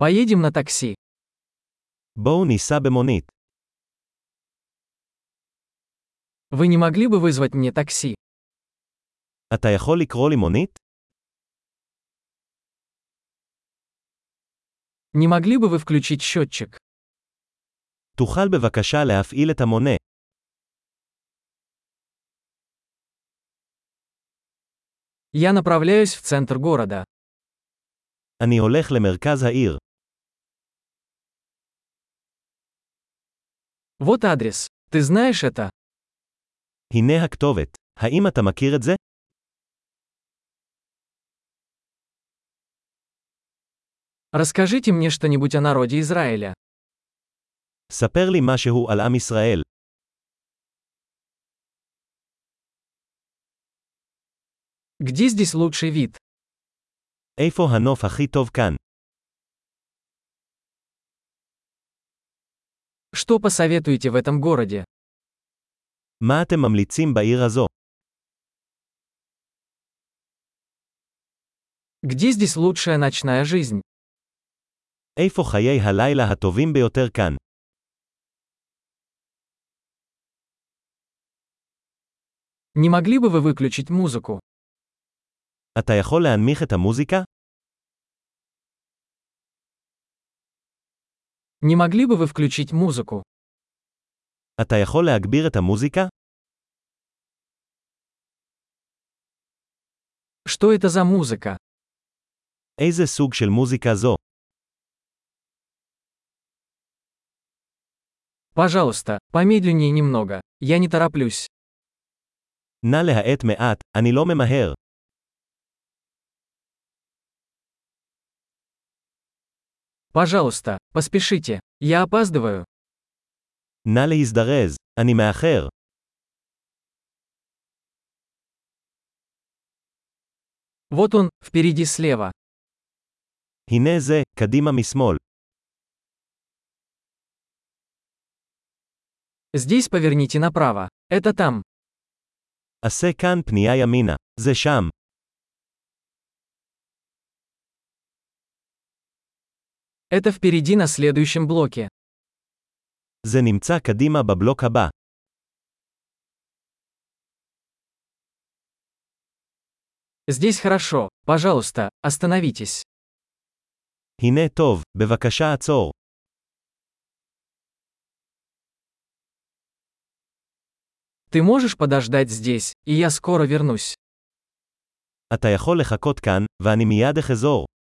Поедем на такси. בואו ניסע במונית. Вы не могли бы вызвать мне такси? אתה יכול לקרוא לי מונית? Не могли бы вы включить счетчик? תוכל בבקשה להפעיל את המונה. Я направляюсь в центр города. אני הולך למרכז העיר. Вот адрес. Ты знаешь это? הנה הכתובת. האם אתה מכיר את זה? Расскажите мне что-нибудь о народе Израиля. ספר לי משהו על עם ישראל. Где здесь лучший вид? איפה הנוף הכי טוב כאן? Что посоветуете в этом городе? מה אתם ממליצים בעיר הזו? Где здесь лучшая ночная жизнь? איפה חיי הלילה הטובים ביותר כאן? Не могли бы вы выключить музыку? אתה יכול להנמיך את המוזיקה? Не могли бы вы включить музыку? אתה יכול להגביר את המוזיקה? Что это за музыка? איזה סוג של מוזיקה זו? Пожалуйста, помедленнее немного. Я не тороплюсь. נא להאט מעט, אני לא ממהר. Пожалуйста, поспешите. Я опаздываю. נא להזדרז, אני מאחר. Вот он, впереди слева. הנה זה, קדימה משמאל. Здесь поверните направо. Это там. עשה כאן פנייה ימינה. זה שם. Это впереди на следующем блоке. זה נמצא קדימה בבלוק הבא. Здесь хорошо. Пожалуйста, остановитесь. הנה טוב, בבקשה עצור. Ты можешь подождать здесь, и я скоро вернусь. אתה יכול לחכות כאן, ואני מיד אחזור.